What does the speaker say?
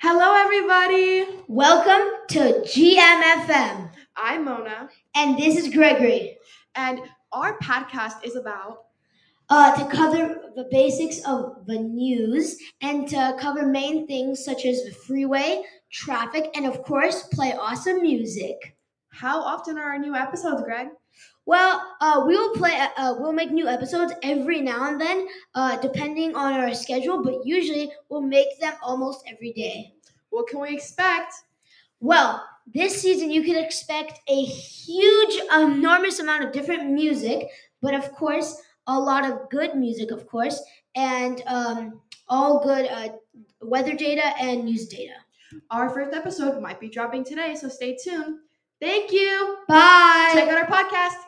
Hello, everybody. Welcome to GMFM. I'm Mona, And this is Gregory and our podcast is about uh, to cover the basics of the news and to cover main things such as the freeway, traffic, and of course, play awesome music. how often are our new episodes, Greg? Well, uh, we will play. Uh, we'll make new episodes every now and then, uh, depending on our schedule. But usually, we'll make them almost every day. What can we expect? Well, this season you can expect a huge, enormous amount of different music, but of course, a lot of good music, of course, and um, all good uh, weather data and news data. Our first episode might be dropping today, so stay tuned. Thank you. Bye. Check out our podcast.